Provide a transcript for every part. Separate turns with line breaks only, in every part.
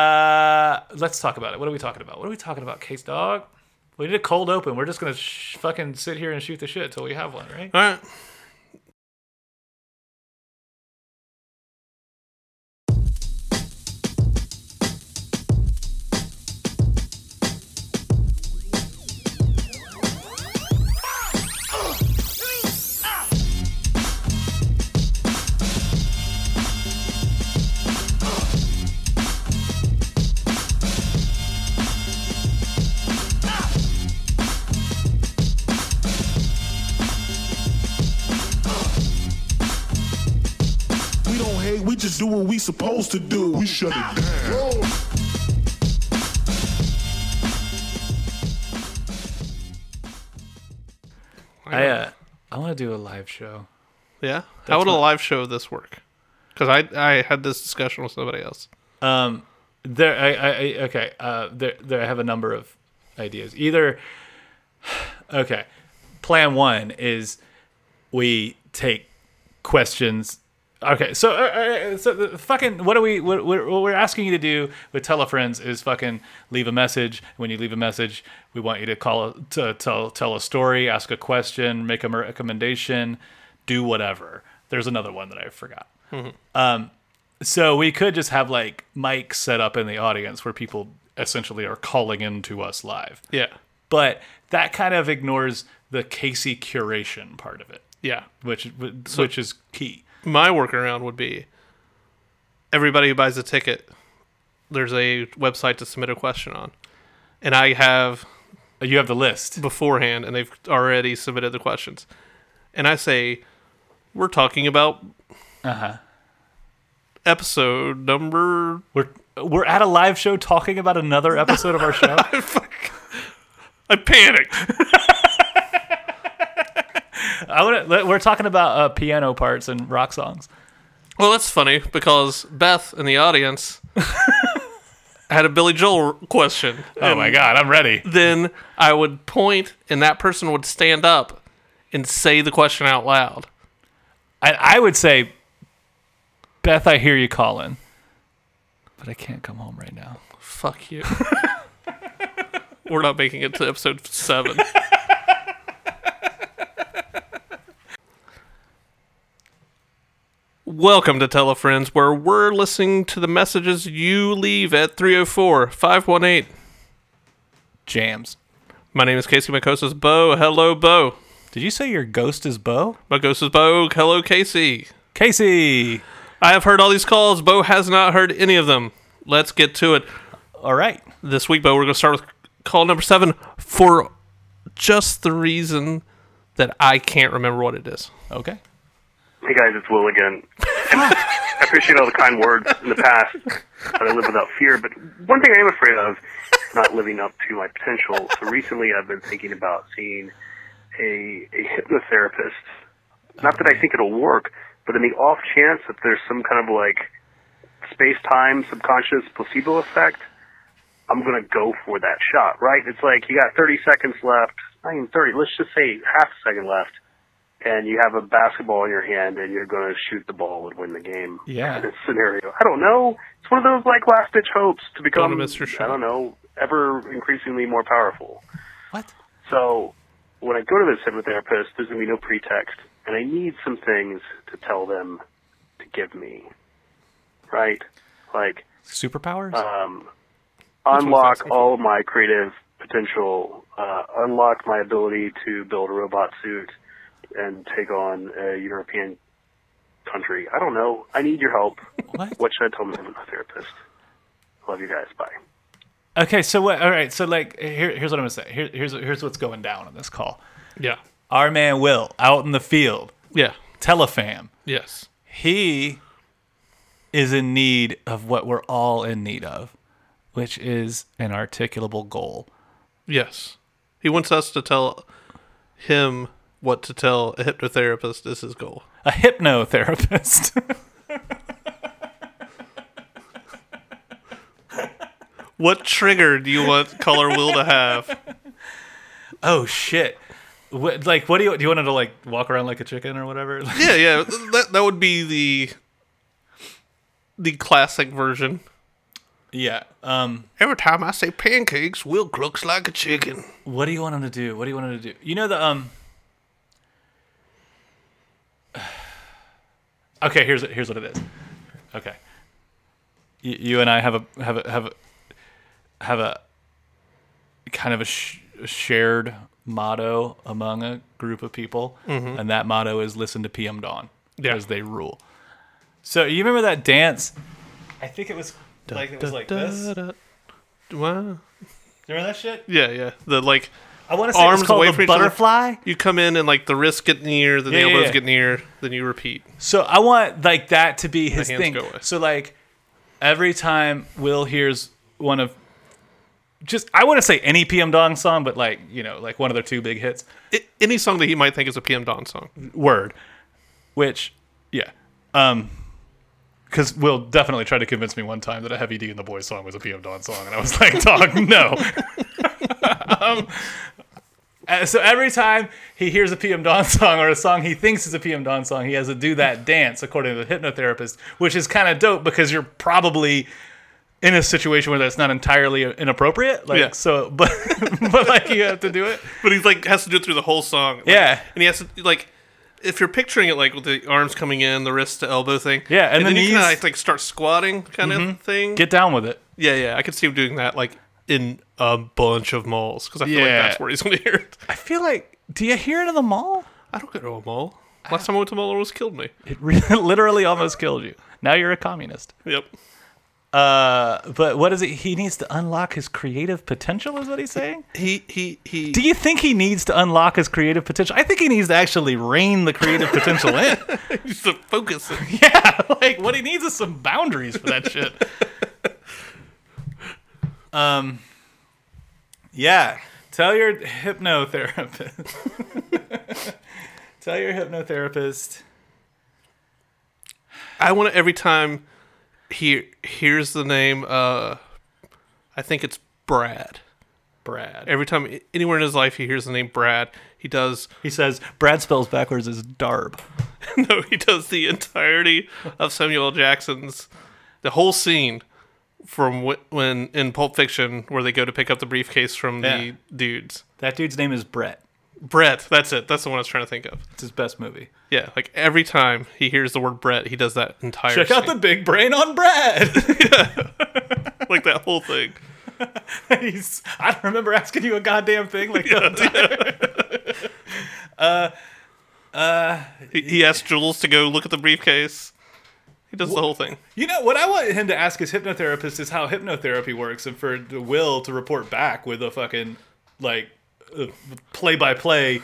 Uh, let's talk about it. What are we talking about? What are we talking about, Case Dog? We need a cold open. We're just gonna sh- fucking sit here and shoot the shit until we have one, right?
All right.
We don't hate, we just do what we supposed to do. We shut it down.
I uh, I want to do a live show.
Yeah. How would a live show of this work? Because I I had this discussion with somebody else.
Um, there, I, I, I okay. Uh, there, there. I have a number of ideas. Either, okay, plan one is we take questions. Okay, so, uh, uh, so the fucking what are we? What, what what we're asking you to do with telefriends is fucking leave a message. When you leave a message, we want you to call to tell tell a story, ask a question, make a recommendation, do whatever. There's another one that I forgot. So we could just have like mics set up in the audience where people essentially are calling in to us live.
Yeah.
But that kind of ignores the Casey curation part of it,
Yeah.
which which is key.
My workaround would be everybody who buys a ticket, there's a website to submit a question on. And I have
You have the list.
beforehand and they've already submitted the questions. And I say, we're talking about Uh-huh. episode number.
We're we're at a live show talking about another episode of our show.
I panicked.
I would we're talking about uh, piano parts and rock songs.
well, that's funny because Beth in the audience had a Billy Joel question. And
Oh god, I'm ready.
Then I would point and that person would stand up and say the question out loud.
I, I would say, Beth, I hear you calling, but I can't come home right now.
Fuck you. We're not making it to episode seven. Welcome to Telefriends, where we're listening to the messages you leave at 304 518.
Jams.
My name is Casey Makosa's Bo. Hello, Bo.
Did you say your ghost is Bo?
Makosa's Bo. Hello, Casey.
Casey.
I have heard all these calls. Bo has not heard any of them. Let's get to it.
All right.
this week, but we're going to start with call number seven for just the reason that I can't remember what it is.
Okay.
Hey guys, it's Will again. I appreciate all the kind words in the past that I live without fear, but one thing I am afraid of is not living up to my potential. So recently I've been thinking about seeing a, a hypnotherapist. Not that I think it'll work, but in the off chance that there's some kind of like space time subconscious placebo effect, I'm going to go for that shot, right? It's like you got 30 seconds left. I mean, 30, let's just say half a second left and you have a basketball in your hand and you're going to shoot the ball and win the game
Yeah.
scenario. I don't know. It's one of those like last ditch hopes to become
Going to Mr. Show.
I don't know, ever increasingly more powerful.
What?
So when I go to this hypnotherapist, there's going to be no pretext, and I need some things to tell them to give me. Right? Like
Superpowers?
um,
one's
unlock
that?
all of my creative potential, uh, unlock my ability to build a robot suit and take on a European country. I don't know. I need your help.
What?
What should I tell my hypnotherapist? Love you guys. Bye.
okay, so what all right, so like here, here's what I'm gonna say. Here, here's here's what's going down on this call.
Yeah.
Our man Will out in the field,
Yeah.
telefam.
Yes.
He is in need of what we're all in need of, which is an articulable goal.
Yes. He wants us to tell him what to tell a hypnotherapist is his goal.
A hypnotherapist.
What trigger do you want Color Will to have?
oh shit. What, like what do you do you want him to like walk around like a chicken or whatever?
Yeah, yeah. That, that would be the the classic version.
Yeah. Um,
Every time I say pancakes, Will clucks like a chicken.
what do you want him to do? What do you want him to do? You know the um. Okay, here's here's what it is. Okay. You, you and I have a have a have a have a kind of a, sh- a shared motto among a group of people, and that motto is "Listen to PM Dawn"
Mm-hmm. Yeah.
because they rule. So you remember that dance? I think it was like it was like this. Do
Da, da. Wow.
you remember that shit?
Yeah, yeah. The like
I want to say
Arms
it's called
away from
the
each other.
butterfly.
you come in and like the wrists get near, then
Yeah,
the
yeah,
elbows
yeah.
get near, then you repeat.
So I want like that to be his
hands
thing.
go away.
So like every time Will hears one of just I want to say any PM Dong song, but like you know like one of their two big hits.
I any song that he might think is a PM Dawn song.
Word, which yeah, um, because Will definitely tried to convince me one time that a Heavy D and the Boys song was a PM Dong song, and I was like, dog, no. Um, uh, so every time he hears a PM Dawn song or a song he thinks is a PM Dawn song, he has to do that dance according to the hypnotherapist, which is kind of dope because you're probably in a situation where that's not entirely inappropriate. Like
Yeah.
so, but but like you have to do it.
But he's like has to do it through the whole song. Like,
Yeah.
And he has to like if you're picturing it like with the arms coming in, the wrist to elbow thing.
Yeah, and the
then you kinda
knees.
like, like start squatting kind of thing.
Get down with it.
yeah, yeah. I could see him doing that like in a bunch of malls because I feel
Yeah.
like that's where he's gonna hear it.
I feel like do you hear it in the mall?
I don't go to a mall. Last time I went to a mall, it almost killed me.
It really, literally almost killed you. Now you're a communist.
Yep.
Uh, but what is it? He needs to unlock his creative potential, is what he's saying.
He he he.
Do you think he needs to unlock his creative potential? I think he needs to actually rein the creative potential in.
He's the focus.
Yeah, like what he needs is some boundaries for that shit. um, yeah. Tell your hypnotherapist. Tell your hypnotherapist.
I want to every time he hears the name. Uh, I think it's Brad.
Brad.
Every time i- anywhere in his life he hears the name Brad, he does
He says Brad spells backwards as Darb.
no, he does the entirety of Samuel L. Jackson's the whole scene from wh- when in Pulp Fiction where they go to pick up the briefcase from the
Yeah.
dudes.
That dude's name is Brett.
Brett, that's it. That's the one I was trying to think of.
It's his best movie.
Yeah, like every time he hears the word Brett, he does that entire
Check out the
scene.
big brain on Brad.
like that whole thing.
He's, I don't remember asking you a goddamn thing like that.
He, he asks Jules to go look at the briefcase. He does the whole thing.
You know what I want him to ask his hypnotherapist is how hypnotherapy works, and for the Will to report back with a fucking like play by play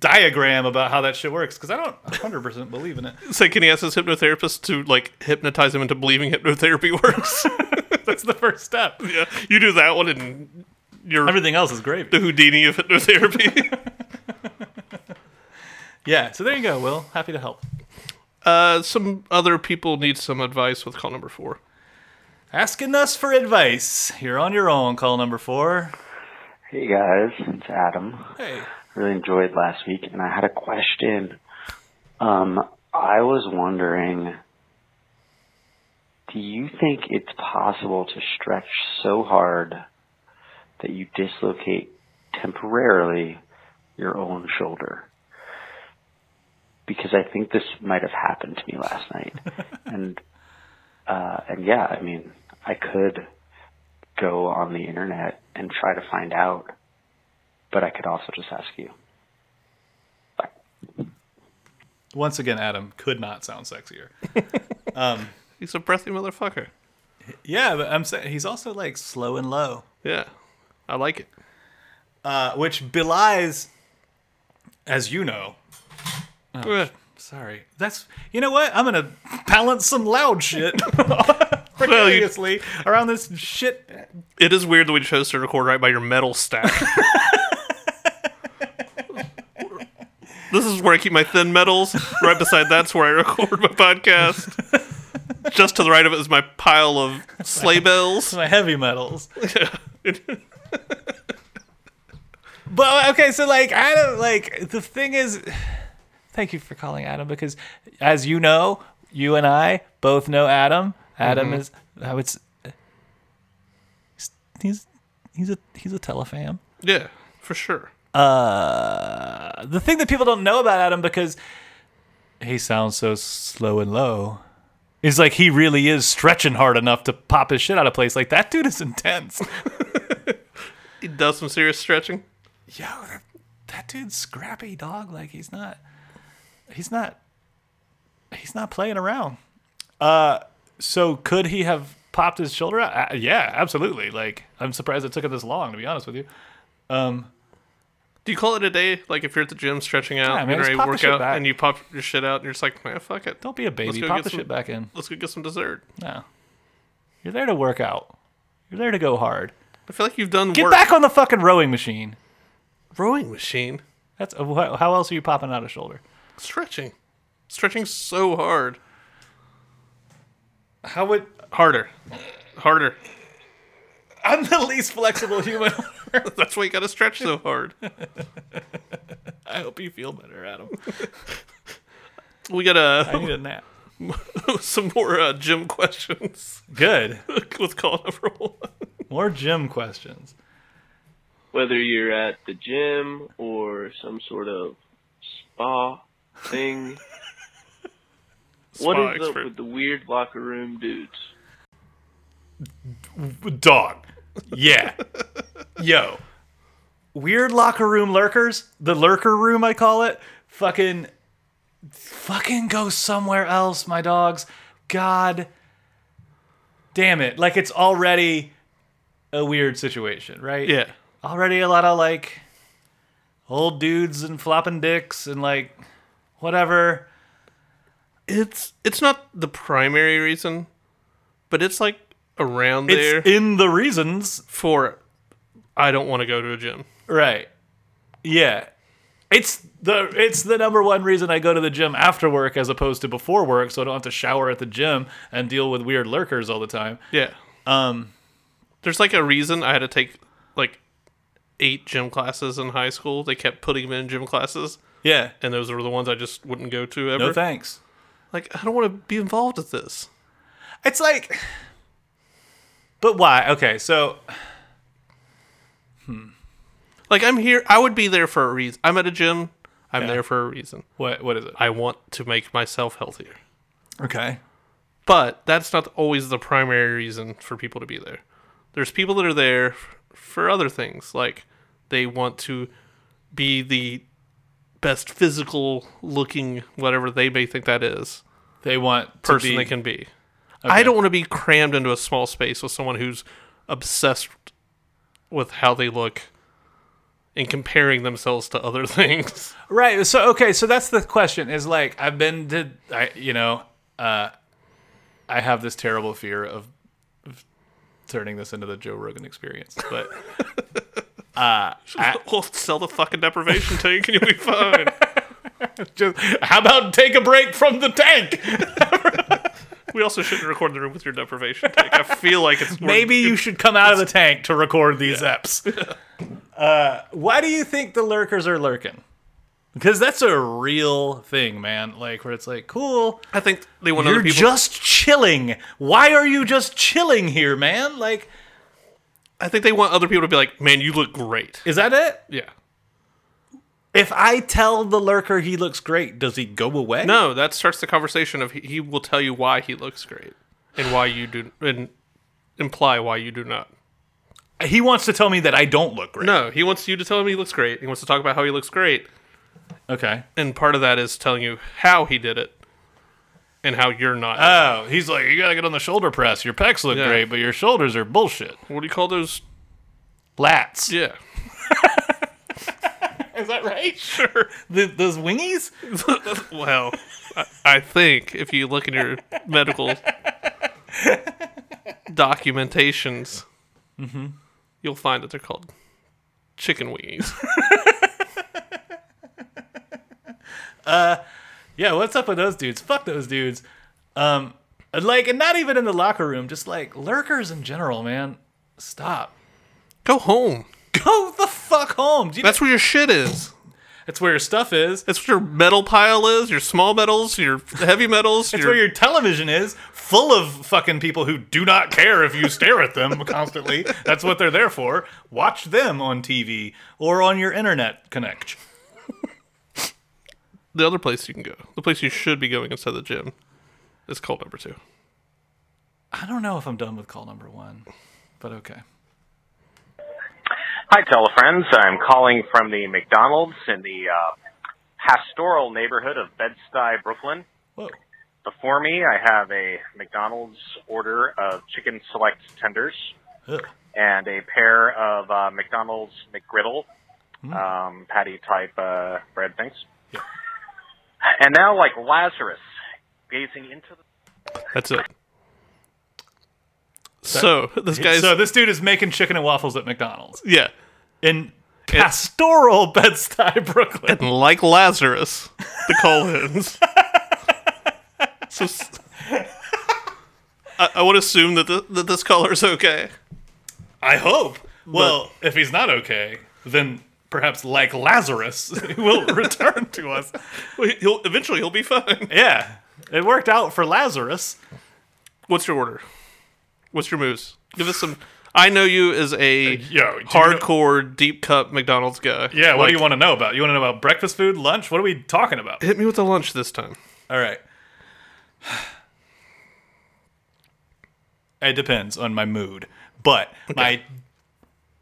diagram about how that shit works because I don't 100 percent believe in it.
So can he ask his hypnotherapist to like hypnotize him into believing hypnotherapy works?
That's the first step.
yeah, you do that one and you're
Everything else is gravy.
the Houdini of hypnotherapy.
Yeah. So there you go, Will. Happy to help.
uh, some other people need some advice with call number four.
Asking us for advice. You're on your own. Call number four.
Hey guys, it's Adam.
Hey.
Really enjoyed last week, and I had a question. Um, I was wondering, do you think it's possible to stretch so hard that you dislocate temporarily your own shoulder? Because I think this might have happened to me last night, and uh, and yeah, I mean, I could go on the internet and try to find out but I could also just ask you.
Once again, Adam could not sound sexier.
He's a breathy motherfucker.
yeah, but I'm saying he's also like slow and low.
Yeah, I like it.
uh, which belies, as you know.
Yeah.
Sorry, that's you know what? I'm gonna balance some loud shit precariously around this shit.
It is weird that we chose to record right by your metal stack. this is where I keep my thin metals. Right beside that's where I record my podcast. Just to the right of it is my pile of sleigh bells.
My heavy metals. but uh, okay, so like Adam, like the thing is, thank you for calling Adam because, as you know, you and I both know Adam. Adam is how it's uh, he's he's a he's a telefam.
Yeah, for sure.
Uh, the thing that people don't know about Adam because he sounds so slow and low is like he really is stretching hard enough to pop his shit out of place. Like that dude is intense.
He does some serious stretching.
Yo, that, that dude's scrappy dog. Like he's not, he's not, he's not playing around. Uh, so could he have popped his shoulder out? Uh, yeah, absolutely. Like I'm surprised it took him this long. To be honest with you,
Do you call it a day? Like if you're at the gym stretching out,
Yeah, man,
getting
just
ready to
pop the
work
shit
out,
back.
and you pop your shit out, and you're just like, man, fuck it.
don't be a baby.
go
Pop
get
the
some-
shit back in.
Let's go get some dessert.
No, you're there to work out. You're there to go hard.
I feel like you've done
Get
work.
back on the fucking rowing machine.
Rowing machine.
That's uh, wh- how else are you popping out a shoulder?
Stretching. Stretching so hard.
How would
Harder. Harder.
I'm the least flexible human?
That's why you gotta stretch so hard.
I hope you feel better, Adam.
We got uh,
I need a nap.
some more uh, gym questions
Good.
with call number one.
More gym questions.
whether you're at the gym or some sort of spa thing. what
Spa
is up
expert.
with the weird locker room dudes?
Dog. Yeah. Yo. Weird locker room lurkers. The lurker room, I call it. Fucking. Fucking go somewhere else, my dogs. God. Damn it. Like, it's already a weird situation, right?
Yeah.
already a lot of like old dudes and flopping dicks and like whatever.
It's it's not the primary reason, but it's like around there
It's in the reasons,
for I don't want to go to a gym.
right? Yeah, it's the it's the number one reason I go to the gym after work as opposed to before work, so I don't have to shower at the gym and deal with weird lurkers all the time.
Yeah. Um there's like a reason I had to take like eight gym classes in high school. They kept putting me in gym classes
Yeah,
and those were the ones I just wouldn't go to ever.
no thanks.
like I don't want to be involved with this.
It's like, but why? Okay, so
Like I'm here I would be there for a reason. I'm at a gym. I'm there for a reason.
what what is it?
I want to make myself healthier.
Okay,
But that's not always the primary reason for people to be there. There's people that are there f- for other things, like they want to be the best physical looking, whatever they may think that is,
they want to
person
be-
they can be. I don't want to be crammed into a small space with someone who's obsessed with how they look and comparing themselves to other things.
Right. So okay. So that's the question. Is like I've been to I you know uh, I have this terrible fear of, of turning this into the Joe Rogan experience, but
we'll sell the fucking deprivation to you, and you'll be fine.
just how about take a break from the tank?
We also shouldn't record the room with your deprivation tank. I feel like it's
Maybe you should come out of the tank to record these eps. Uh, why do you think the lurkers are lurking? Because that's a real thing, man. Like where it's like, cool,
I think they want
you're
other people.
just chilling. Why are you just chilling here, man? Like,
I think they want other people to be like, "Man, you look great."
is that it?
Yeah.
If I tell the lurker he looks great, does he go away?
No, that starts the conversation of he, he will tell you why he looks great and why you do and imply why you do not.
He wants to tell me that I don't look great.
No, he wants you to tell him he looks great. He wants to talk about how he looks great,
Okay.
and part of that is telling you how he did it and how you're not.
Oh, he's like, you gotta get on the shoulder press. Your pecs look
Yeah.
great, but your shoulders are bullshit.
what do you call those?
Lats.
Yeah.
Is that right? Sure. The, those wingies?
Well, I, I think if you look in your medical documentations,
Mm-hmm.
you'll find that they're called chicken wingies.
Yeah, what's up with those dudes? Fuck those dudes. Um, and like, and not even in the locker room, just like lurkers in general, man. Stop.
Go home.
Go the fuck home. Do you
That's where your shit is.
That's where your stuff is.
That's what your metal pile is. Your small metals, your heavy metals.
That's
your,
where your television is, full of fucking people who do not care if you stare at them constantly. That's what they're there for. Watch them on TV or on your internet connect.
the other place you can go. The place you should be going instead of the gym is called number two.
I don't know if I'm done with call number one, but okay.
Hi, telefriends. I'm calling from the McDonald's in the uh, pastoral neighborhood of Bed-Stuy, Brooklyn.
Whoa.
Before me, I have a McDonald's order of chicken select tenders
Ugh.
and a pair of uh, McDonald's McGriddle um, patty type uh, bread things.
Hmm. Yeah.
And now, like Lazarus, gazing into the
That's it. So this guy's
So this dude is making chicken and waffles at McDonald's
yeah,
in pastoral Bed-Stuy, Brooklyn.
and like Lazarus, the Colhens. so s- I, I would assume that the, that this caller is okay.
I hope. Well, if he's not okay, then perhaps like Lazarus he will return to us.
Well, He'll eventually he'll be fine.
Yeah, it worked out for Lazarus.
What's your order? What's your moves? Give us some. I know you as a
Yo, do you
hardcore deep cup McDonald's guy.
Yeah, what do you
Like,
want to know about? You want to know about breakfast food, lunch? What are we talking about?
Hit me with the lunch this time.
All right. It depends on my mood, but my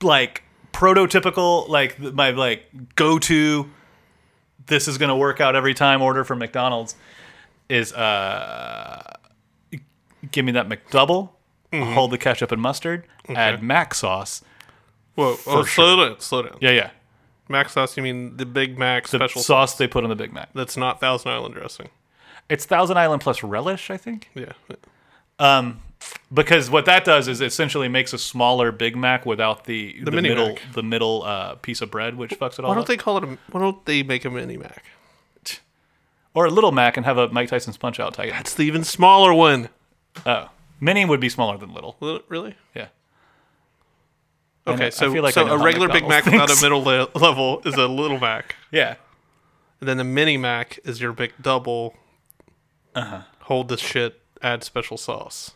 like prototypical like th- my like go to this is going to work out every time order from McDonald's is uh give me that McDouble, hold the ketchup and mustard, add mac sauce.
Whoa, oh, slow down, slow down.
Yeah, yeah.
Mac sauce, you mean the Big Mac
The
special sauce
sauce they put on the Big Mac.
that's not Thousand Island dressing.
It's Thousand Island plus relish, I think.
Yeah.
Um, because what that does is essentially makes a smaller Big Mac without the the,
mini
middle
Mac.
the middle uh, piece of bread, which fucks it all
Why don't
up.
they call it a why don't they make a mini Mac?
or a little Mac and have a Mike Tyson's Punch Out type.
That's the even smaller one.
Oh, mini would be smaller than little.
Li- Really?
Yeah,
Okay,
I
so
feel like I
so
know
a
how
regular Big Mac
McDonald's
without a
thinks.
middle le- level is a little Mac.
yeah.
And then the mini Mac is your big double.
Uh-huh.
Hold this shit, add special sauce.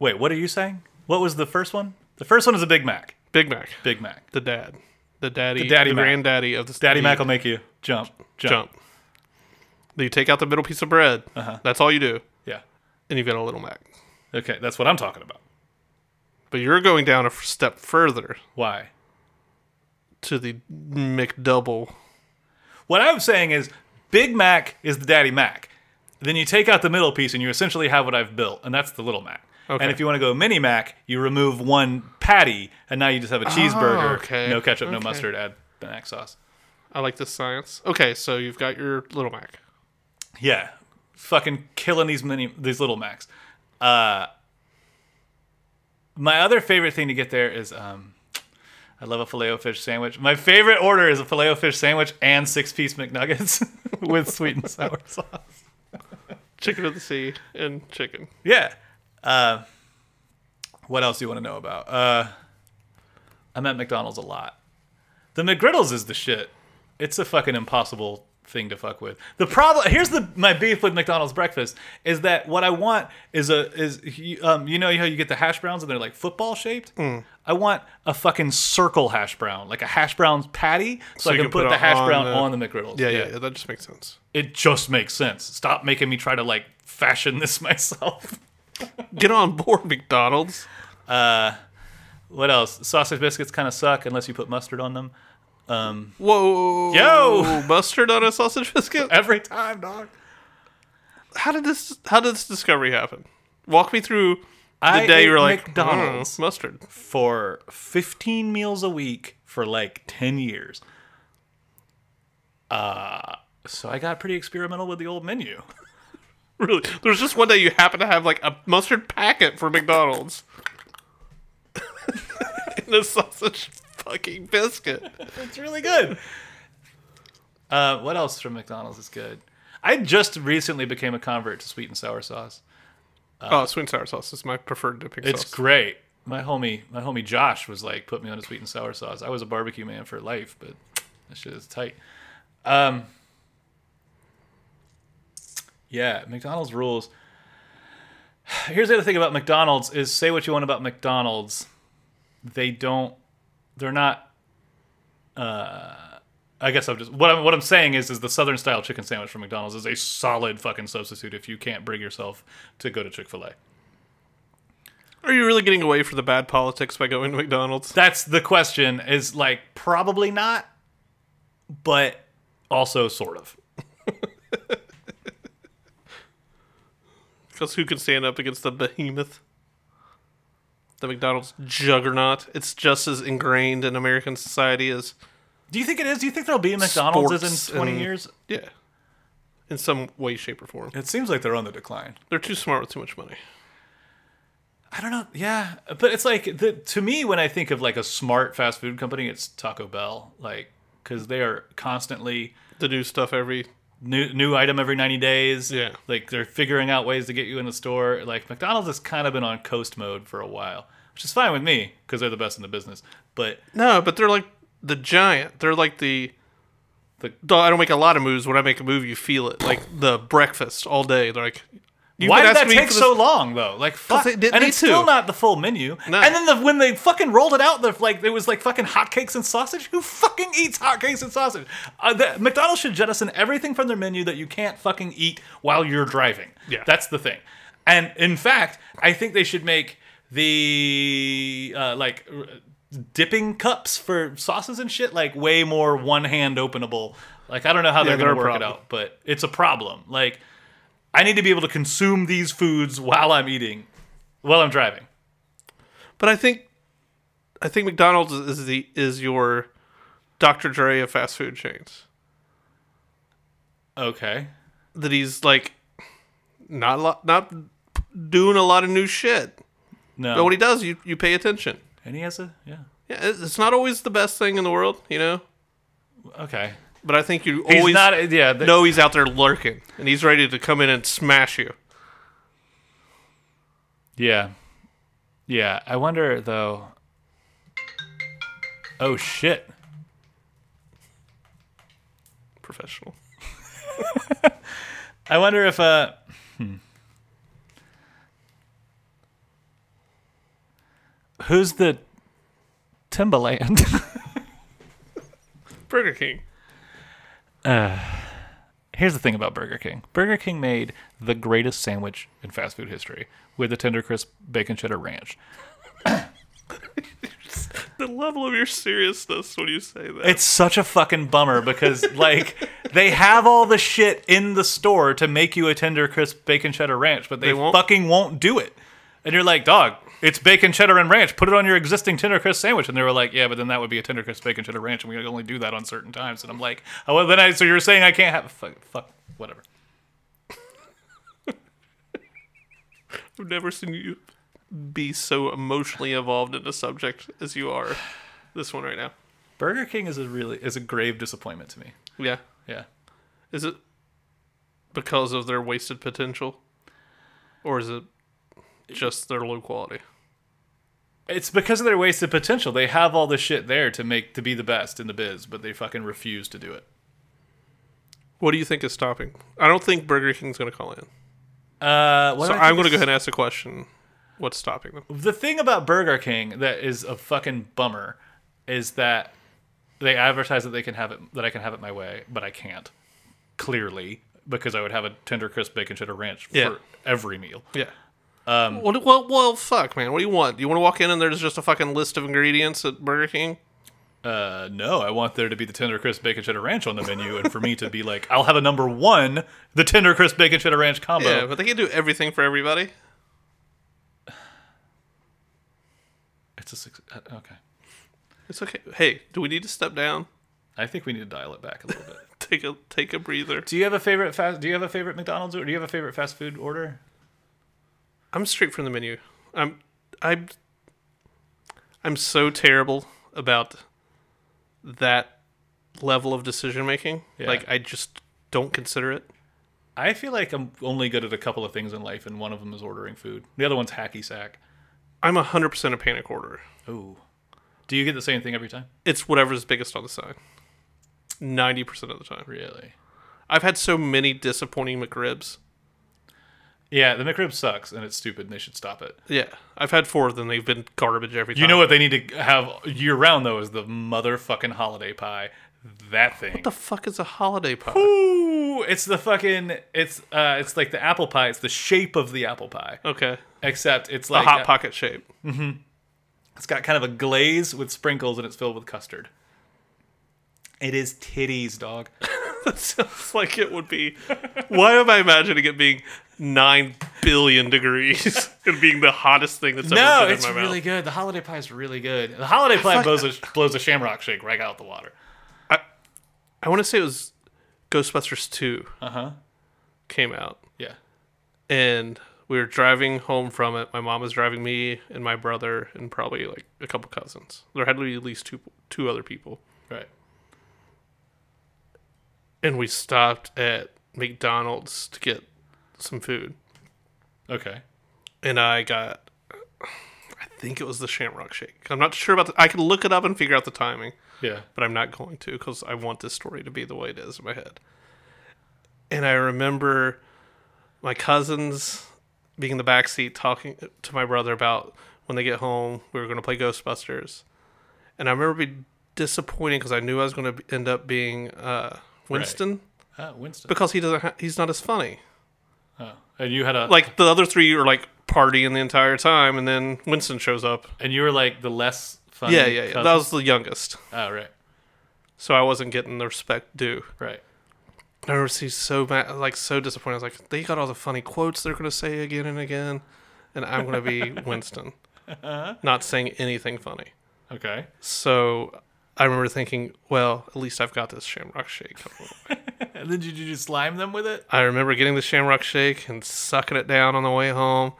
Wait, what are you saying? What was the first one? The first one is a Big Mac.
Big Mac.
Big Mac.
The dad. The daddy. The
daddy
the
Mac.
granddaddy of the
Daddy
the
Mac will make you jump, jump.
jump. You take out the middle piece of bread. That's all you do.
Yeah.
And you've got a little Mac.
Okay, that's what I'm talking about.
But you're going down a f- step further
Why?
to the McDouble.
What I'm saying is Big Mac is the Daddy Mac. Then you take out the middle piece and you essentially have what I've built, and that's the little Mac.
Okay.
And if you want to go mini Mac, you remove one patty, and now you just have a cheeseburger.
Oh, okay.
No ketchup, no
Okay.
mustard, add the mac sauce.
I like this science. Okay, so you've got your little Mac.
Yeah. Fucking killing these mini these little Macs. Uh my other favorite thing to get there is um I love a filet o fish sandwich. My favorite order is a filet o fish sandwich and six piece McNuggets with sweet and sour sauce.
Chicken of the sea and chicken.
Yeah. Uh, what else do you want to know about? Uh, I'm at McDonald's a lot. The McGriddles is the shit. It's a fucking impossible thing to fuck with. The problem here's the my beef with McDonald's breakfast is that what I want is a is you- um you know how you get the hash browns and they're like football shaped.
Hmm.
I want a fucking circle hash brown, like a hash brown patty, so, I
you
can,
can
put,
put
the
it
hash
on
brown
the-
on the McGriddles.
Yeah, yeah, yeah, that just makes sense.
It just makes sense. Stop making me try to like fashion this myself.
Get on board, McDonald's.
What else? Sausage biscuits kind of suck unless you put mustard on them.
Whoa.
Yo!
Mustard on a sausage biscuit?
Every time, dog.
How did this how did this discovery happen? Walk me through the
I
day
ate
you're like
McDonald's
"Mm, mustard.
for 15 meals a week for like 10 years. Uh, so I got pretty experimental with the old menu.
Really? There's just one day you happen to have like a mustard packet for McDonald's. and a sausage fucking biscuit.
It's really good. Uh, what else from McDonald's is good? I just recently became a convert to sweet and sour sauce.
oh, sweet and sour sauce is my preferred dipping
It's
sauce.
great. My homie, my homie Josh was like, put me on a sweet and sour sauce. I was a barbecue man for life, but that shit is tight. Um, yeah, McDonald's rules. Here's the other thing about McDonald's is say what you want about McDonald's, they don't. They're not. Uh, I guess I'm just what I'm what I'm saying is is the Southern style chicken sandwich from McDonald's is a solid fucking substitute if you can't bring yourself to go to Chick Fil A.
Are you really getting away from the bad politics by going to McDonald's?
That's the question. Is like probably not, but also sort of.
Because who can stand up against the behemoth? The McDonald's juggernaut. It's just as ingrained in American society as
Do you think it is? Do you think there'll be a McDonald's
Sports
in 20
and-
years?
yeah. In some way, shape, or form.
It seems like they're on the decline.
They're too smart with too much money.
I don't know. Yeah, but it's like the, to me when I think of like a smart fast food company, it's Taco Bell, like because they are constantly
The new stuff every
new new item every ninety days.
Yeah.
like they're figuring out ways to get you in the store. Like McDonald's has kind of been on coast mode for a while, which is fine with me because they're the best in the business. But
No, but they're like the giant. They're like the.
The-
Though I don't make a lot of moves. When I make a move, you feel it. Like the breakfast all day. They're like, you
Why
could
did
ask
that
me
take
for
so
this-
long though? Like fuck,
they didn't
and
need
it's still
to.
not the full menu.
No.
And then the, when they fucking rolled it out, they're like there was like fucking hotcakes and sausage. Who fucking eats hotcakes and sausage? Uh, the, McDonald's should jettison everything from their menu that you can't fucking eat while you're driving.
Yeah.
that's the thing. And in fact, I think they should make the uh, like r- dipping cups for sauces and shit like way more one hand openable. Like I don't know how they're
they're
gonna
a
work it
problem.
out, but it's a problem. Like. I need to be able to consume these foods while I'm eating, while I'm driving.
But I think, I think McDonald's is the is your Dr. Dre of fast food chains.
Okay.
That he's like, not a lot, not doing a lot of new shit.
No.
But what he does, you you pay attention.
and he has a yeah.
Yeah, it's it's not always the best thing in the world, you know.
Okay.
But I think you
He's
always
not. Yeah. The,
know he's out there lurking and he's ready to come in and smash you.
Yeah. Yeah. I wonder though. Oh shit.
Professional.
I wonder if uh. hmm. Who's the Timbaland?
Burger King.
Here's the thing about Burger King. Burger King made the greatest sandwich in fast food history with the tender crisp bacon cheddar ranch.
The level of your seriousness when you say that.
It's such a fucking bummer because like they have all the shit in the store to make you a tender crisp bacon cheddar ranch, but they,
They won't?
fucking won't do it. And you're like, dog, it's bacon cheddar and ranch. Put it on your existing tender crisp sandwich. And they were like, yeah, but then that would be a tender crisp bacon cheddar ranch, and we only do that on certain times. And I'm like, oh, well, then I. So you're saying I can't have fuck, fuck whatever.
I've never seen you be so emotionally involved in a subject as you are this one right now.
Burger King is a really is a grave disappointment to me.
Yeah.
Yeah.
Is it because of their wasted potential? Or is it just their low quality?
It's because of their wasted potential. They have all the shit there to make to be the best in the biz, but they fucking refuse to do it.
What do you think is stopping? I don't think Burger King's going to call in.
Uh, what
So
do I think
I'm
Mm.
going to
is-
go ahead and ask the question what's stopping them?
The thing about Burger King that is a fucking bummer is that they advertise that they can have it that I can have it my way, but I can't. Clearly, because I would have a tender crisp bacon cheddar ranch for
Yeah.
every meal.
Yeah. Um, well, well, well, fuck, man. What do you want? Do you want to walk in and there's just a fucking list of ingredients at Burger King?
Uh, no, I want there to be the tender crisp bacon cheddar ranch on the menu, and for me to be like, I'll have a number one, the tender crisp bacon cheddar ranch combo.
Yeah, but they can't do everything for everybody.
it's a six. uh, Okay,
It's okay. Hey, do we need to step down?
I think we need to dial it back a little bit.
Take a take a breather.
Do you have a favorite fast? Do you have a favorite McDonald's or do you have a favorite fast food order?
I'm straight from the menu. I'm I'm I'm so terrible about that level of decision making.
Yeah.
Like I just don't consider it.
I feel like I'm only good at a couple of things in life, and one of them is ordering food. The other one's hacky sack.
I'm 100% a panic order.
Ooh. Do you get the same thing every time?
It's whatever's biggest on the sign. Ninety percent of the time,
Really?
I've had so many disappointing McRibs.
Yeah, the McRib sucks and it's stupid and they should stop it.
Yeah, I've had four of them. They've been garbage every time.
You know what they need to have year round though is the motherfucking holiday pie. That thing.
the fuck is a holiday pie?
Ooh, it's the fucking it's uh it's like the apple pie. It's the shape of the apple pie,
Okay,
except it's
a
like
hot pocket shape.
It's got kind of a glaze with sprinkles and it's filled with custard. It is titties, dog.
That sounds like it would be. Why am I imagining it being nine billion degrees and being the hottest thing that's ever
no,
been
it's
in my
really
mouth?
good. The holiday pie is really good. The holiday pie blows a, blows a shamrock shake right out the water.
I want to say it was Ghostbusters two
Uh huh.
came out.
Yeah.
and we were driving home from it. My mom was driving me and my brother and probably like a couple cousins. There had to be at least two two other people.
Right.
And we stopped at McDonald's to get some food.
Okay.
And I got I think it was the Shamrock Shake. I'm not sure about the I could look it up and figure out the timing,
Yeah.
but I'm not going to cuz I want this story to be the way it is in my head. And I remember my cousins being in the back seat talking to my brother about when they get home we were going to play ghostbusters and i remember being disappointed because i knew i was going to end up being uh, winston
Ah, Winston.
because he doesn't ha- he's not as funny
and you had a
like the other three are like partying the entire time and then winston shows up
and you were like the less fun.
yeah yeah, yeah.
cousin.
that was the youngest
Oh, right.
so i wasn't getting the respect due
Right.
and i was so mad like so disappointed i was like they got all the funny quotes they're going to say again and again and i'm going to be winston not saying anything funny
Okay.
So I remember thinking, well, at least I've got this Shamrock Shake.
And then did you just slime them with it?
I remember getting the Shamrock Shake and sucking it down on the way home.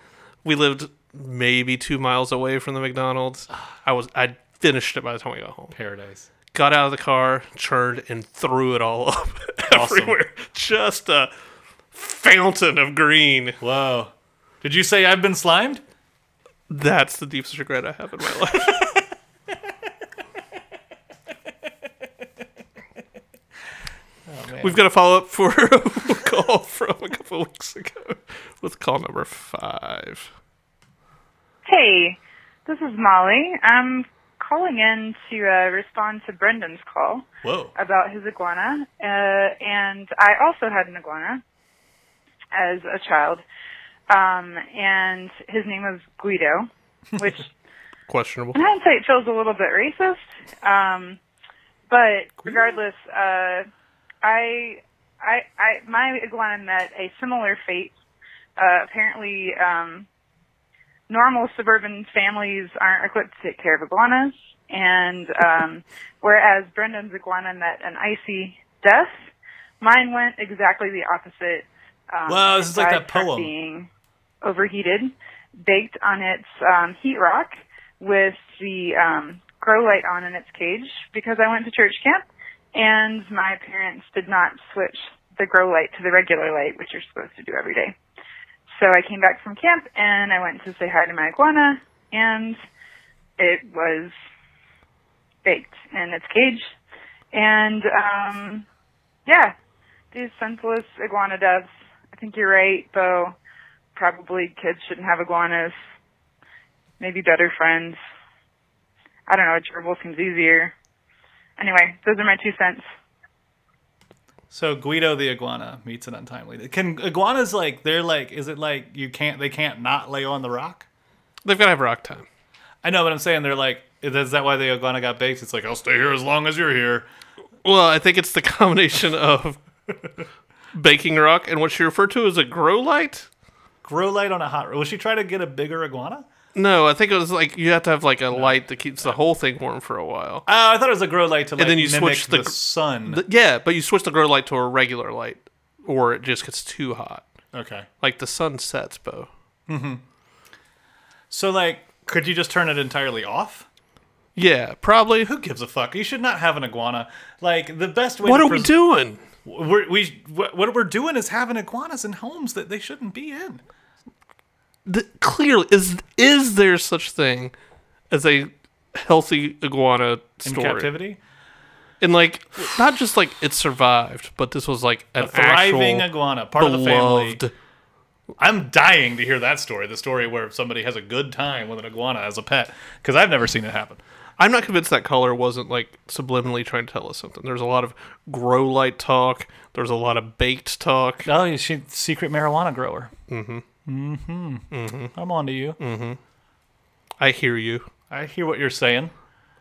We lived maybe two miles away from the McDonald's. I was I finished it by the time we got home.
Paradise.
Got out of the car, churned, and threw it all up everywhere. Just a fountain of green.
Whoa. Did you say I've been slimed?
That's the deepest regret I have in my life.
Oh,
We've got a follow up for a call from a couple of weeks ago with call number five.
Hey, this is Molly. I'm calling in to uh, respond to Brendan's call
Whoa.
about his iguana, uh, and I also had an iguana as a child, um, and his name was Guido, which
Questionable.
in hindsight feels a little bit racist. Um, but regardless, uh, I, I, I, my iguana met a similar fate. Uh, apparently, um, normal suburban families aren't equipped to take care of iguanas, and um, whereas Brendan's iguana met an icy death, mine went exactly the opposite. Um,
Wow, this
and
is like
died
that
from
poem.
Being overheated, baked on its um, heat rock with the um, grow light on in its cage because I went to church camp and my parents did not switch the grow light to the regular light, which you're supposed to do every day. So I came back from camp and I went to say hi to my iguana and it was baked in its cage. And um yeah. These senseless iguana deaths. I think you're right, though probably kids shouldn't have iguanas. Maybe better friends. I don't know, a gerbil seems easier. Anyway, those are my two cents.
So Guido the iguana meets an untimely. Can iguanas like they're like? Is it like you can't? They can't not lay on the rock.
They've got to have rock time.
I know, but I'm saying they're like. Is that why the iguana got baked? It's like I'll stay here as long as you're here.
Well, I think it's the combination of baking rock and what she referred to as a grow light.
Grow light on a hot. Will she try to get a bigger iguana?
No, I think it was like you have to have like a light that keeps the whole thing warm for a while.
Oh, I thought it was a grow light to like
then you
mimic
switch
the,
the gr-
sun.
Th- yeah, but you switch the grow light to a regular light, or it just gets too hot.
okay.
Like the sun sets, Bo.
So like, could you just turn it entirely off?
Yeah, probably.
Who gives a fuck? You should not have an iguana. Like the best way.
What
to
are we
pres-
doing?
We're, we what what we're doing is having iguanas in homes that they shouldn't be in.
Th- clearly, is is there such thing as a healthy iguana
In
story?
captivity.
and like not just like it survived, but this was like an
thriving
actual
iguana, part of the family.
beloved.
I'm dying to hear that story. The story where somebody has a good time with an iguana as a pet, because I've never seen it happen.
I'm not convinced that caller wasn't like subliminally trying to tell us something. There's a lot of grow light talk. There's a lot of baked talk.
Oh, you she secret marijuana grower. Mm-hmm. Mm-hmm. mm-hmm. I'm on to you.
I hear you.
I hear what you're saying.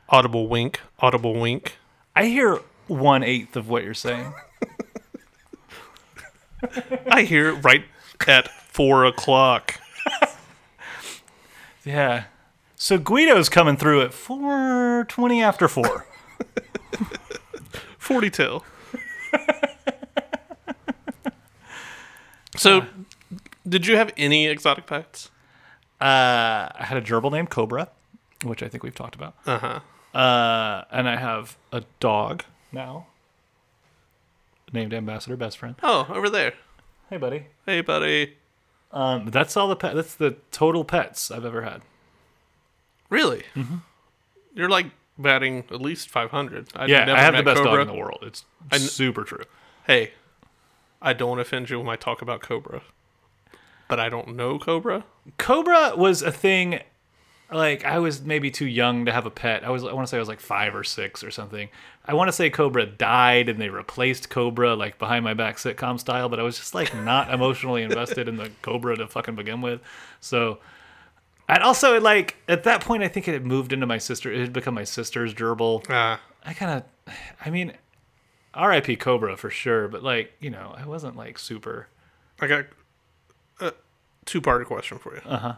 Audible wink. Audible wink.
I hear one eighth of what you're saying.
I hear it right at four o'clock.
yeah. So Guido's coming through at four twenty after four.
Forty till. so, did you have any exotic pets?
Uh, I had a gerbil named Cobra, which I think we've talked about. Uh-huh. And I have a dog now named Ambassador Best Friend.
Oh, over there.
Hey, buddy.
Hey, buddy.
Um, that's all the pet. That's the total pets I've ever had.
Really? Mm-hmm. You're like batting at least 500. I've
Yeah,
never
I have the
met
best dog
Cobra.
in the world. It's super true.
Hey, I don't want to offend you when I talk about Cobra, but I don't know Cobra.
Cobra was a thing. Like I was maybe too young to have a pet. I was I want to say I was like five or six or something. I want to say Cobra died and they replaced Cobra like behind my back sitcom style. But I was just like not emotionally invested in the Cobra to fucking begin with. So, and also like at that point I think it had moved into my sister. It had become my sister's gerbil.
Uh,
I kind of, I mean, R.I.P. Cobra for sure. But like you know I wasn't like super.
I got a two-part question for you. Uh huh.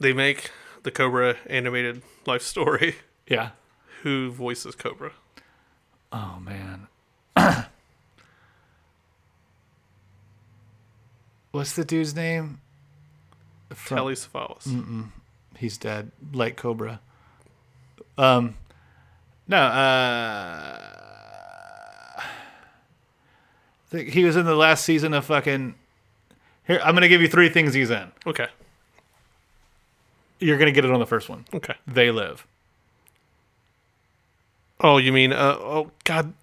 They make the Cobra animated life story.
Yeah.
Who voices Cobra?
Oh man. What's the dude's name? From-
Telly Savalas.
He's dead. Like Cobra. Um no, uh I think he was in the last season of fucking Here, I'm going to give you 3 things he's in.
Okay.
You're going to get it on the first one.
Okay.
They live.
Oh, you mean? Uh, oh God.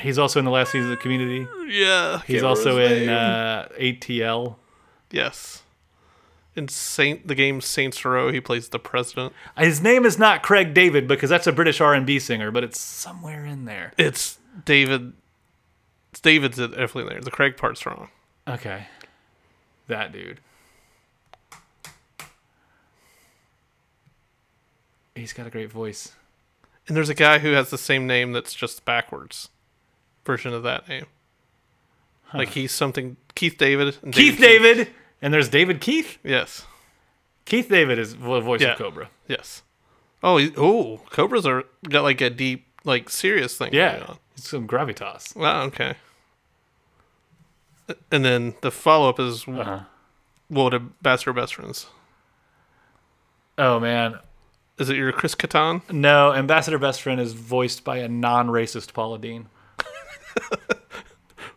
He's also in the last season of Community.
Yeah.
He's also in uh, ATL.
Yes. In Saint, the game Saints Row, he plays the president.
His name is not Craig David because that's a British R and B singer, but it's somewhere in there.
It's David. It's David's definitely there. The Craig part's wrong.
Okay, that dude. He's got a great voice.
And there's a guy who has the same name that's just backwards version of that name. Like he's something Keith David. and
Keith David, and there's David Keith.
Yes.
Keith David is the voice
Yeah.
of Cobra.
Yes. Oh, he, oh, Cobras are got like a deep, like serious thing.
Yeah,
Going on.
it's some gravitas.
Wow. Okay. And then the follow up is
Uh-huh.
what would Bachelor Best Friends?
Oh man,
Is it your Chris Catan?
no! Ambassador Best Friend is voiced by a non-racist Paula Dean.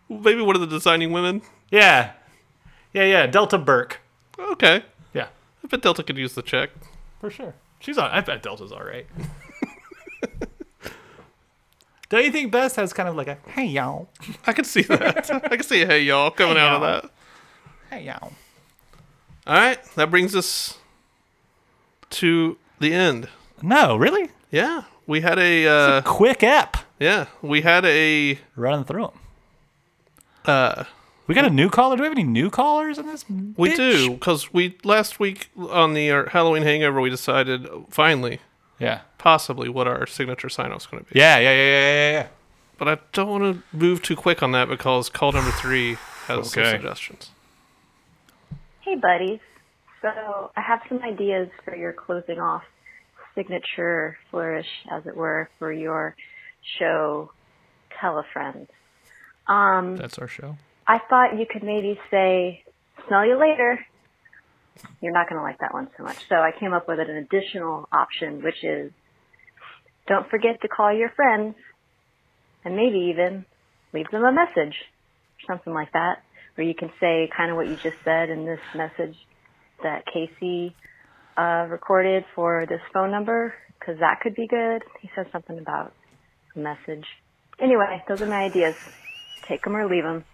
Maybe one of the designing women.
Yeah, yeah, yeah. Delta Burke.
Okay.
Yeah,
I bet Delta could use the check.
For sure. She's on. I bet Delta's all right. Don't you think Best has kind of like a hey y'all,
I could see that. I could see hey y'all coming out of that.
hey y'all?
All right, that brings us to the end.
No, really,
Yeah, we had a uh,
quick ep
yeah, we had a
running through them. Uh, we got a new caller. Do we have any new callers in this?
we
bitch?
do because we last week on the uh, Halloween Hangover we decided finally
Yeah.
possibly what our signature sign off's going to be.
Yeah, yeah, yeah, yeah, yeah, yeah.
but I don't want to move too quick on that because call number three has some
Okay.
suggestions.
Hey, buddies. So I have some ideas for your closing off signature flourish, as it were, for your show, Tell a Friend. Um,
That's our show.
I thought you could maybe say, smell you later. You're not going to like that one so much. So I came up with an additional option, which is don't forget to call your friends and maybe even leave them a message, something like that, where you can say kind of what you just said in this message that Casey uh, recorded for this phone number, because that could be good. He said something about message. Anyway, those are my ideas. Take them or leave them.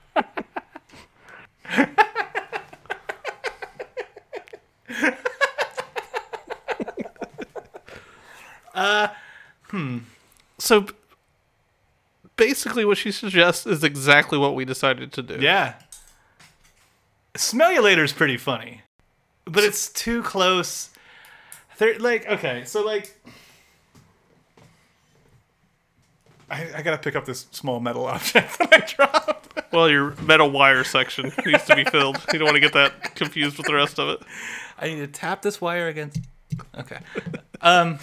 So b- basically, what she suggests is exactly what we decided to do.
Yeah. Smell you later is pretty funny, but it's too close. They're like okay, so like. I, I gotta pick up this small metal object that I dropped.
Well, your metal wire section needs to be filled. You don't want to get that confused with the rest of it.
I need to tap this wire against. Okay. Um.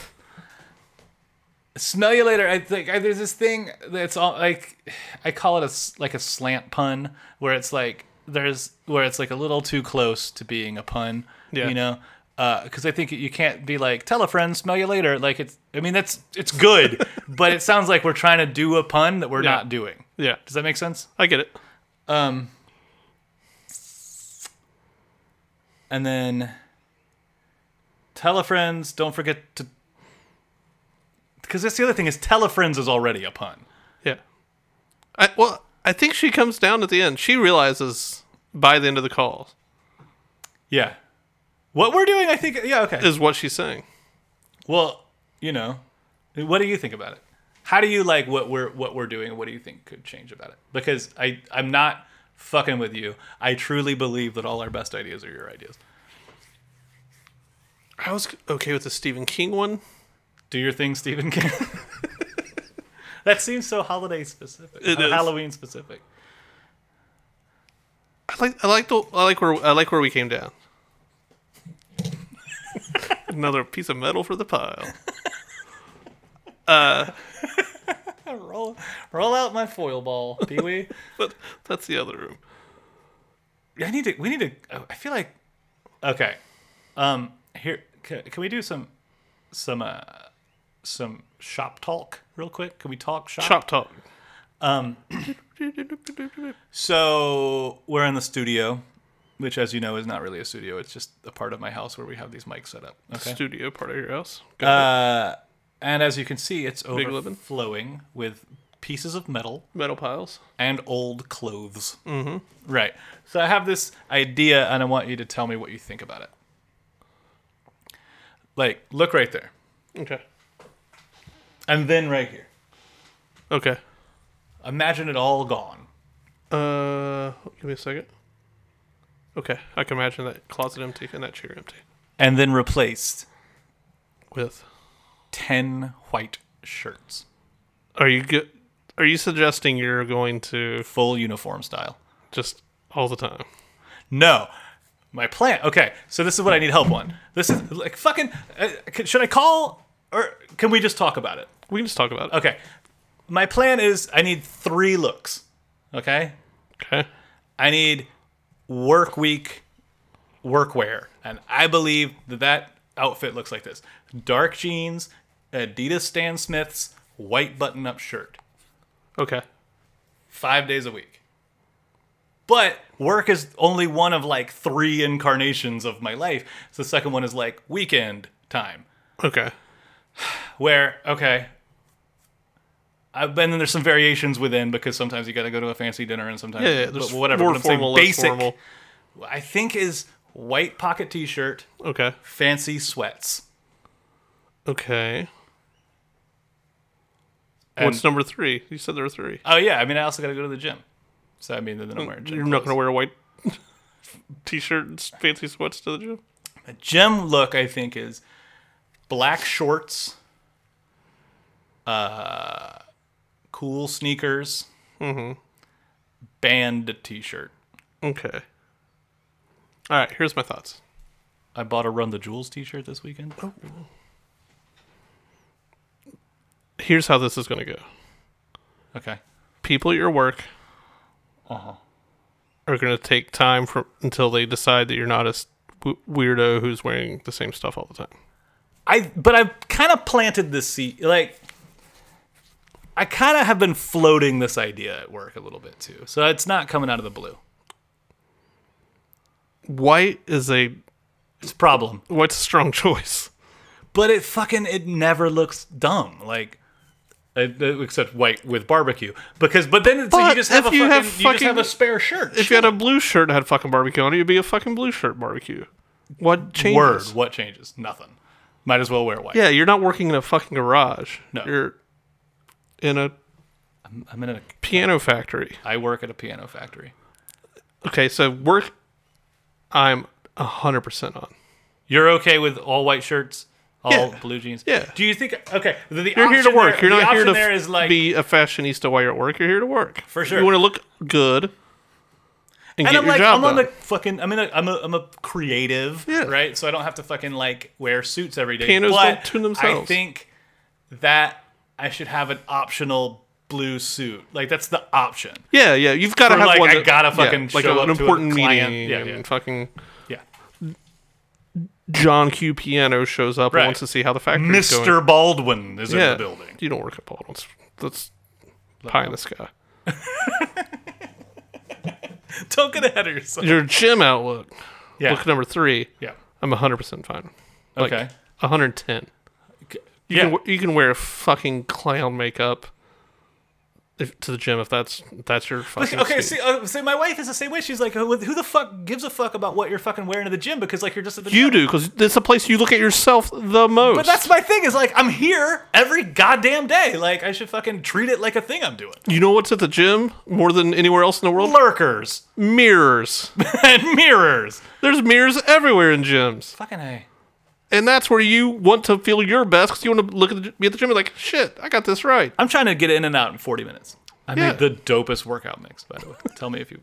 Smell you later. I think I, there's this thing that's all like, I call it a s- like a slant pun where it's like there's where it's like a little too close to being a pun.
Yeah.
You know. Because I think you can't be like tell a friend, smell you later. Like it's, I mean that's it's good, but it sounds like we're trying to do a pun that we're
Yeah.
not doing.
Yeah,
Does that make sense?
I get it.
And then tell a friends, don't forget to because that's the other thing is tell a friends is already a pun.
Yeah. I, well, I think she comes down at the end. She realizes by the end of the call
Yeah. What we're doing, I think yeah, okay.
is what she's saying.
Well, you know, what do you think about it? How do you like what we're what we're doing? What do you think could change about it? Because I I'm not fucking with you. I truly believe that all our best ideas are your ideas.
I was okay with the Stephen King one.
Do your thing, Stephen King. that seems so holiday specific. uh,
It is.
Halloween specific.
I like I like the I like where I like where we came down. Another piece of metal for the pile.
Roll roll out my foil ball, Pee Wee.
But that's the other room.
I need to. We need to. oh, I feel like. Okay. Um. Here. Can, can we do some, some, uh, some shop talk real quick? Can we talk shop?
Chop talk.
So we're in the studio, which, as you know, is not really a studio. It's just a part of my house where we have these mics set up. Okay.
Studio part of your house.
Uh, and as you can see, it's
Livin'.
overflowing with pieces of metal
metal piles.
and old clothes. Mm-hmm. Right. So I have this idea, and I want you to tell me what you think about it. Like, look right there,
Okay.
and then right here.
Okay.
Imagine it all gone.
Uh, give me a second. Okay, I can imagine that closet empty and that chair empty
And then replaced
with
10 white shirts,
Are you good? Are you suggesting you're going to
full uniform style.
just all the time?
No. My plan. Okay, so this is what I need help on. This is like fucking. Uh, c- should I call or can we just talk about it?
We can just talk about it.
Okay. My plan is I need three looks. Okay.
Okay.
I need work week workwear, and I believe that that outfit looks like this: dark jeans, Adidas Stan Smiths, white button-up shirt,
Okay.
five days a week. But work is only one of like three incarnations of my life. So the second one is like weekend time,
Okay.
where okay. I've been, and then there's some variations within because sometimes you got to go to a fancy dinner and sometimes
Yeah. yeah
but
there's
whatever.
More
but I'm saying
formal, less
basic.
formal.
I think is white pocket t-shirt,
Okay.
fancy sweats.
Okay.
And-
What's number three? You said there were three.
Oh yeah, I mean I also got to go to the gym. So I mean then I'm wearing gym.
Oh, You're not gonna
clothes.
wear a white t-shirt and fancy sweats to the gym.
A gym look I think is black shorts, uh cool sneakers, mm-hmm. band t-shirt.
Okay. All right. Here's my thoughts.
I bought a Run the Jewels t-shirt this weekend.
Oh. Here's how this is gonna go.
Okay.
people at your work
Uh-huh.
are going to take time for until they decide that you're not a s- w- weirdo who's wearing the same stuff all the time.
I but I've kind of planted this seed like I kind of have been floating this idea at work a little bit too. So it's not coming out of the blue.
White is a
It's a problem.
white's a strong choice.
but it fucking it never looks dumb. Like Uh, uh, except white with barbecue, because but then so you
But
just have
if
a
you
fucking,
have
you just have
fucking-
a spare shirt.
If you had a blue shirt that had fucking barbecue on it, it'd be a fucking blue shirt barbecue. What changes?
Word, what changes? Nothing. Might as well wear white.
Yeah, you're not working in a fucking garage.
No.
You're in a
I'm in a.
piano factory.
I work at a piano factory.
Okay, so work I'm 100% on.
You're okay with all white shirts, all
Yeah.
blue jeans.
Yeah.
Do you think okay? The, the
You're here to
option
work.
There,
you're
the
not here
option
to
there
f-
is like,
be a fashionista while you're at work. You're here to work. For
sure.
You want to look good and,
and
get
I'm
your
like,
job
I'm on
done.
the fucking. I'm in a. I'm a. I'm a creative,
Yeah.
right? So I don't have to fucking like wear suits every day.
Pianos
but
don't tune
I
themselves.
think that I should have an optional blue suit. Like that's the option.
yeah, yeah. You've got to
For,
have
like,
one.
I
that-
gotta
yeah,
fucking
like
show
an
up to a
important
client.
meeting
Yeah, yeah.
and fucking
Yeah.
John Q Piano shows up
Right.
and wants to see how the factory's going.
Mr. Baldwin is in
yeah.
the building.
You don't work at Baldwin's. That's pie in the sky.
Don't get ahead of yourself.
Your gym outlook.
Yeah.
Look at number three.
yeah.
I'm 100% fine. Like,
Okay.
110. You,
yeah.
can, w- you can wear fucking clown makeup if, to the gym if that's if that's your fucking.
Okay,
suit.
see, uh, see, my wife is the same way. She's like, "Who who the fuck gives a fuck about what you're fucking wearing to the gym? Because like you're just at the
You
gym."
do because it's a place you look at yourself the most.
But that's my thing. Is like I'm here every goddamn day. Like I should fucking treat it like a thing I'm doing.
you know what's at the gym more than anywhere else in the world?
Lurkers
Mirrors.
and mirrors.
There's mirrors everywhere in gyms,
Fucking a.
and that's where you want to feel your best because you want to look at the, be at the gym and be like, shit, I got this right.
I'm trying to get in and out in 40 minutes. I
Yeah.
made the dopest workout mix, by the way. Tell me if you.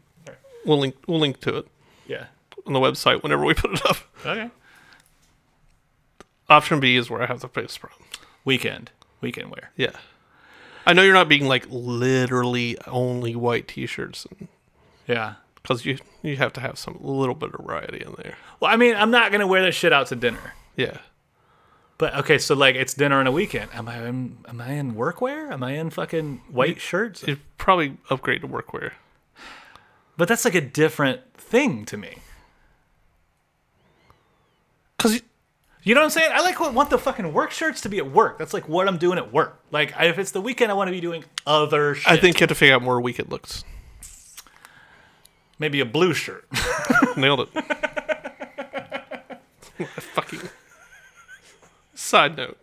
We'll link we'll link to it
Yeah.
on the website whenever we put it up.
Okay.
Option B is where I have the biggest problem.
Weekend. Weekend wear.
Yeah. I know you're not being like literally only white t-shirts
Yeah.
because you you have to have some little bit of variety in there.
Well, I mean, I'm not gonna wear this shit out to dinner.
Yeah.
But okay, so like it's dinner on a weekend. Am I in, am I in workwear? Am I in fucking white shirts?
You'd probably upgrade to workwear.
But that's like a different thing to me.
Cuz
You know what I'm saying? I like want the fucking work shirts to be at work. That's like what I'm doing at work. Like I- if it's the weekend, I want to be doing other shit.
I think you have to figure out more weekend looks.
maybe a blue shirt.
Nailed it. I fucking Side note.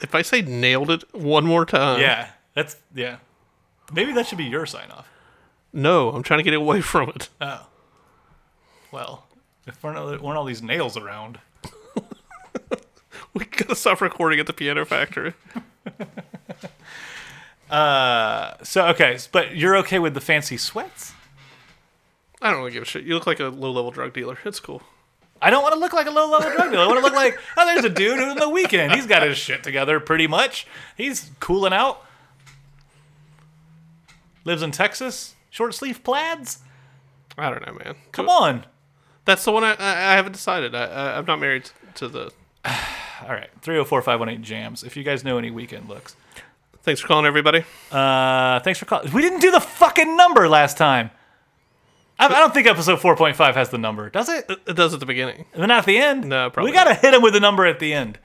If I say nailed it one more time,
yeah, that's yeah. Maybe that should be your sign off.
no, I'm trying to get away from it.
Well, if weren't all, weren't all these nails around?
We gotta stop recording at the piano factory.
So okay, s- but you're okay with the fancy sweats?
I don't really give a shit. You look like a low level drug dealer. It's cool.
I don't want to look like a low level drug dealer. I want to look like oh, there's a dude who in the weekend he's got his shit together pretty much. He's cooling out. Lives in Texas. Short sleeve plaids.
I don't know, man.
Come on.
That's the one I, I, I haven't decided. I, I, I'm not married to the.
All right, 304 518 jams. If you guys know any weekend looks,
Thanks for calling, everybody.
uh, thanks for calling. We didn't do the fucking number last time. I, I don't think episode 4.5 has the number, does it?
It does at the beginning.
And then at the end?
No, probably
We gotta hit him with a number at the end.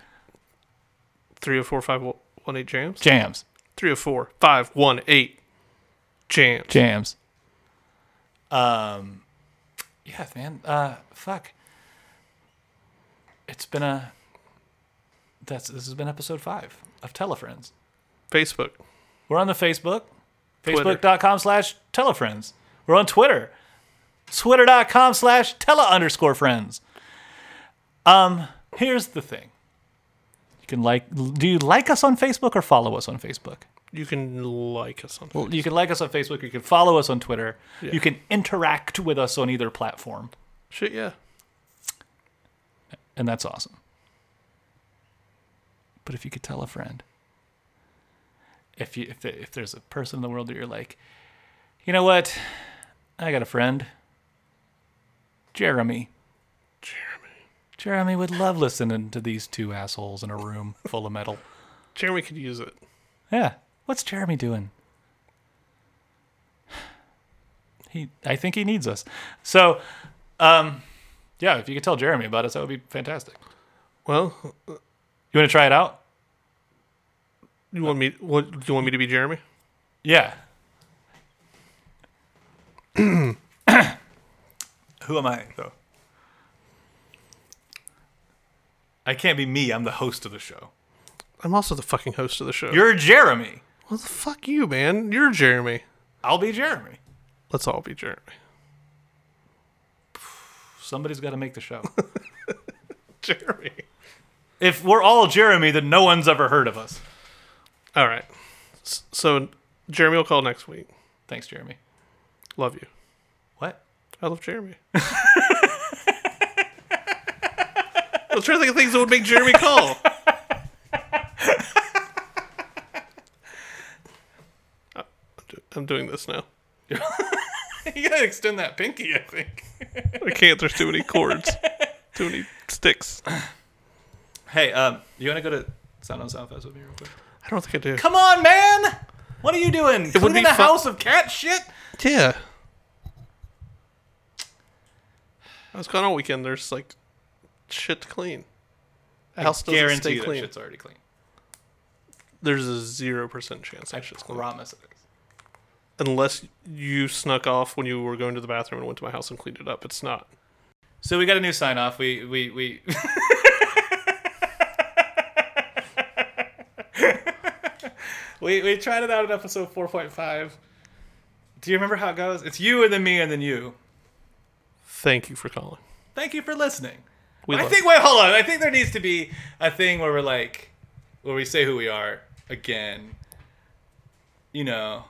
Three oh four five one eight jams.
Jams.
Three oh four five one eight jams.
Jams. Um, yeah, man. Uh, fuck. It's been a. That's this has been episode five of Telefriends.
Facebook.
We're on the Facebook, facebook.com slash telefriends. We're on Twitter, twitter.com slash tele underscore friends. Um, here's the thing. You can like, do you like us on Facebook or follow us on Facebook?
You can like us on.
You can like us on Facebook, you can follow us on Twitter, you can interact with us on either platform,
Shit, yeah.
and that's awesome. But if you could tell a friend, if you if, the, if there's a person in the world that you're like, you know what, I got a friend, Jeremy. Jeremy. Jeremy would love listening to these two assholes in a room full of metal.
Jeremy could use it.
Yeah. What's Jeremy doing? He I think he needs us. So um yeah, if you could tell Jeremy about us, that would be fantastic.
Well,
You want to try it out?
You want me? What do you want me to be, Jeremy?
Yeah. Who am I though? I can't be me. I'm the host of the show.
I'm also the fucking host of the show.
You're Jeremy.
well, the fuck you, man. You're Jeremy.
I'll be Jeremy.
Let's all be Jeremy.
Somebody's got to make the show.
Jeremy.
if we're all Jeremy, then no one's ever heard of us.
All right. S- So Jeremy will call next week.
Thanks, Jeremy.
Love you.
What?
I love Jeremy. I was trying to think of things that would make Jeremy call. I'm do- I'm doing this now.
You gotta extend that pinky, I think.
I can't. There's too many cords, too many sticks. I
Hey, um, you wanna go to Sound on Sound Fest with me real quick?
don't think I do.
Come on, man! What are you doing? It
would
Cleaning
be
a
fun-
house of cat shit?
Yeah. I was gone all weekend. There's like shit to clean. The house doesn't
Guarantee
stay
that
clean.
shit's already clean.
There's a zero percent chance that
I
shit's clean.
promise it is.
Unless you snuck off when you were going to the bathroom and went to my house and cleaned it up. It's not.
So we got a new sign off. We we we We we tried it out in episode four point five. Do you remember how it goes? It's you and then me and then you.
Thank you for calling.
Thank you for listening.
We
I
love
think wait, hold on. I think there needs to be a thing where we're like where we say who we are again. You know.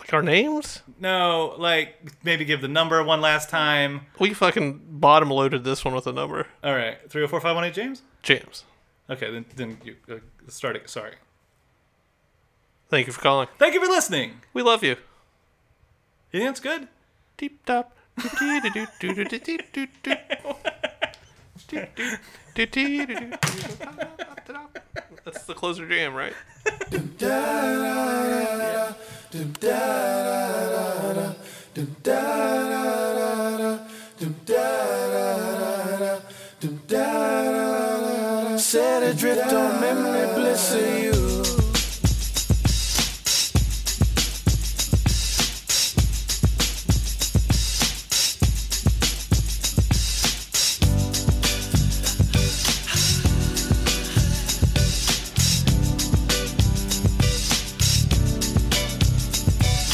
like our names.
No, like maybe give the number one last time.
We fucking bottom loaded this one with a number.
All right. 304518 James?
James,
Okay, then then you uh, start it. Sorry.
thank you for calling.
Thank you for listening.
We love you.
You think that's good?
Deep top. That's the closer jam, right?
Set adrift on memory bliss of you.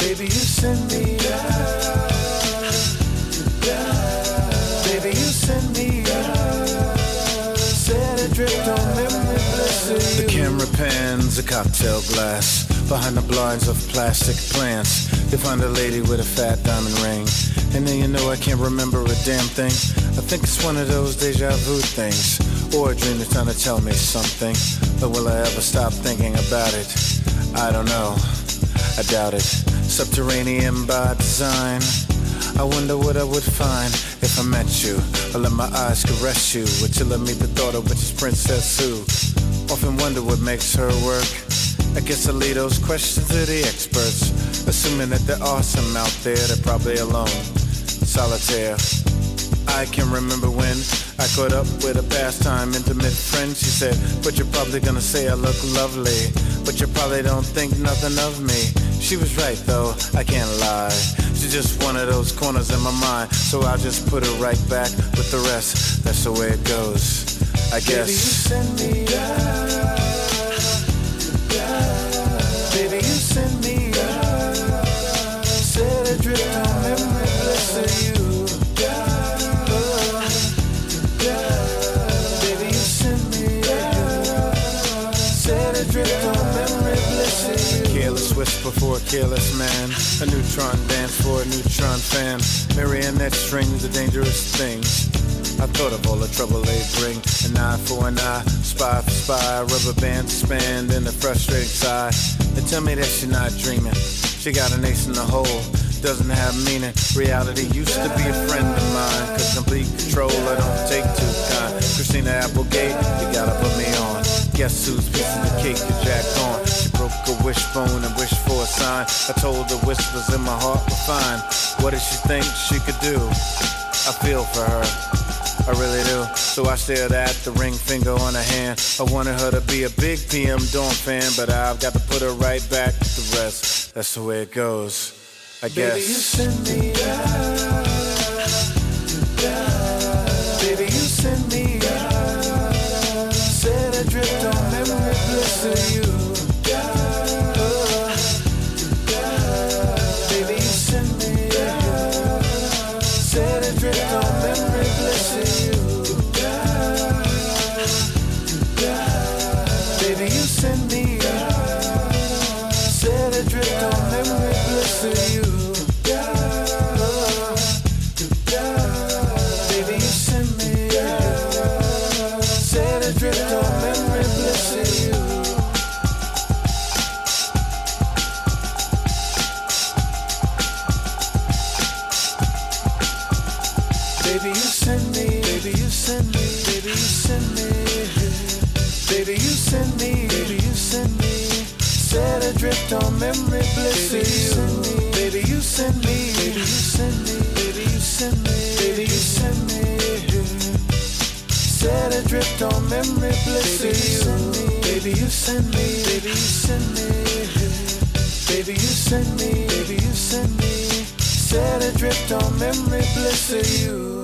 Baby, you send me Baby, you send me the camera pans a cocktail glass behind the blinds of plastic plants. You find a lady with a fat diamond ring, and then you know I can't remember a damn thing. I think it's one of those deja vu things, or a dream that's trying to tell me something. But will I ever stop thinking about it? I don't know. I doubt it. Subterranean by design. I wonder what I would find if I met you. I let my eyes caress you. Would you let me the thought of which is Princess Sue? Often wonder what makes her work. I guess I leave those questions to the experts. Assuming that there are some out there, they're probably alone, solitaire. I can remember when I caught up with a pastime intimate friend. She said, But you're probably gonna say I look lovely, but you probably don't think nothing of me. She was right though, I can't lie. She's just one of those corners in my mind, so I'll just put her right back with the rest. That's the way it goes, I guess. Baby, you send me Set adrift on memory, bless you. Baby, you send me Set adrift on memory, bless you. Careless whisper for a careless man. A neutron dance for a neutron fan. Marionette strings are dangerous things. I thought of all the trouble they bring. An eye for an eye, spy for spy, rubber band spanned in a frustrating sigh. And tell me that she's not dreaming. She got an ace in the hole, doesn't have meaning. Reality used to be a friend of mine, cause complete control I don't take too kind. Christina Applegate, you gotta put me on. Guess who's piecing the cake you jacked on? She broke a wishbone and wished for a sign. I told the whispers in my heart were fine. What did she think she could do? I feel for her. I really do. So I stared at the ring finger on her hand. I wanted her to be a big PM Dawn fan, but I've got to put her right back to rest. That's the way it goes, I guess. Baby, you send me out. Said I drift on memory bliss of you. Oh. Baby, you send me out. Said I drift on memory bliss of you. Baby, you send me out. Said I drift on memory bliss of you. Oh. Baby, you send me out. Said I drift on memory bliss of you. Baby, you send me. Baby, you send me. Baby, you send me. Baby, you send me. Baby, you send me. Set adrift on memory bliss baby, of you. Baby, you send me. Baby, you send me. Baby, you send me. Baby, you send me. Set adrift on memory bliss of you. Baby, you send me. Baby, you send me. Baby, you send me. Baby, you send me. Set adrift on memory bliss of you.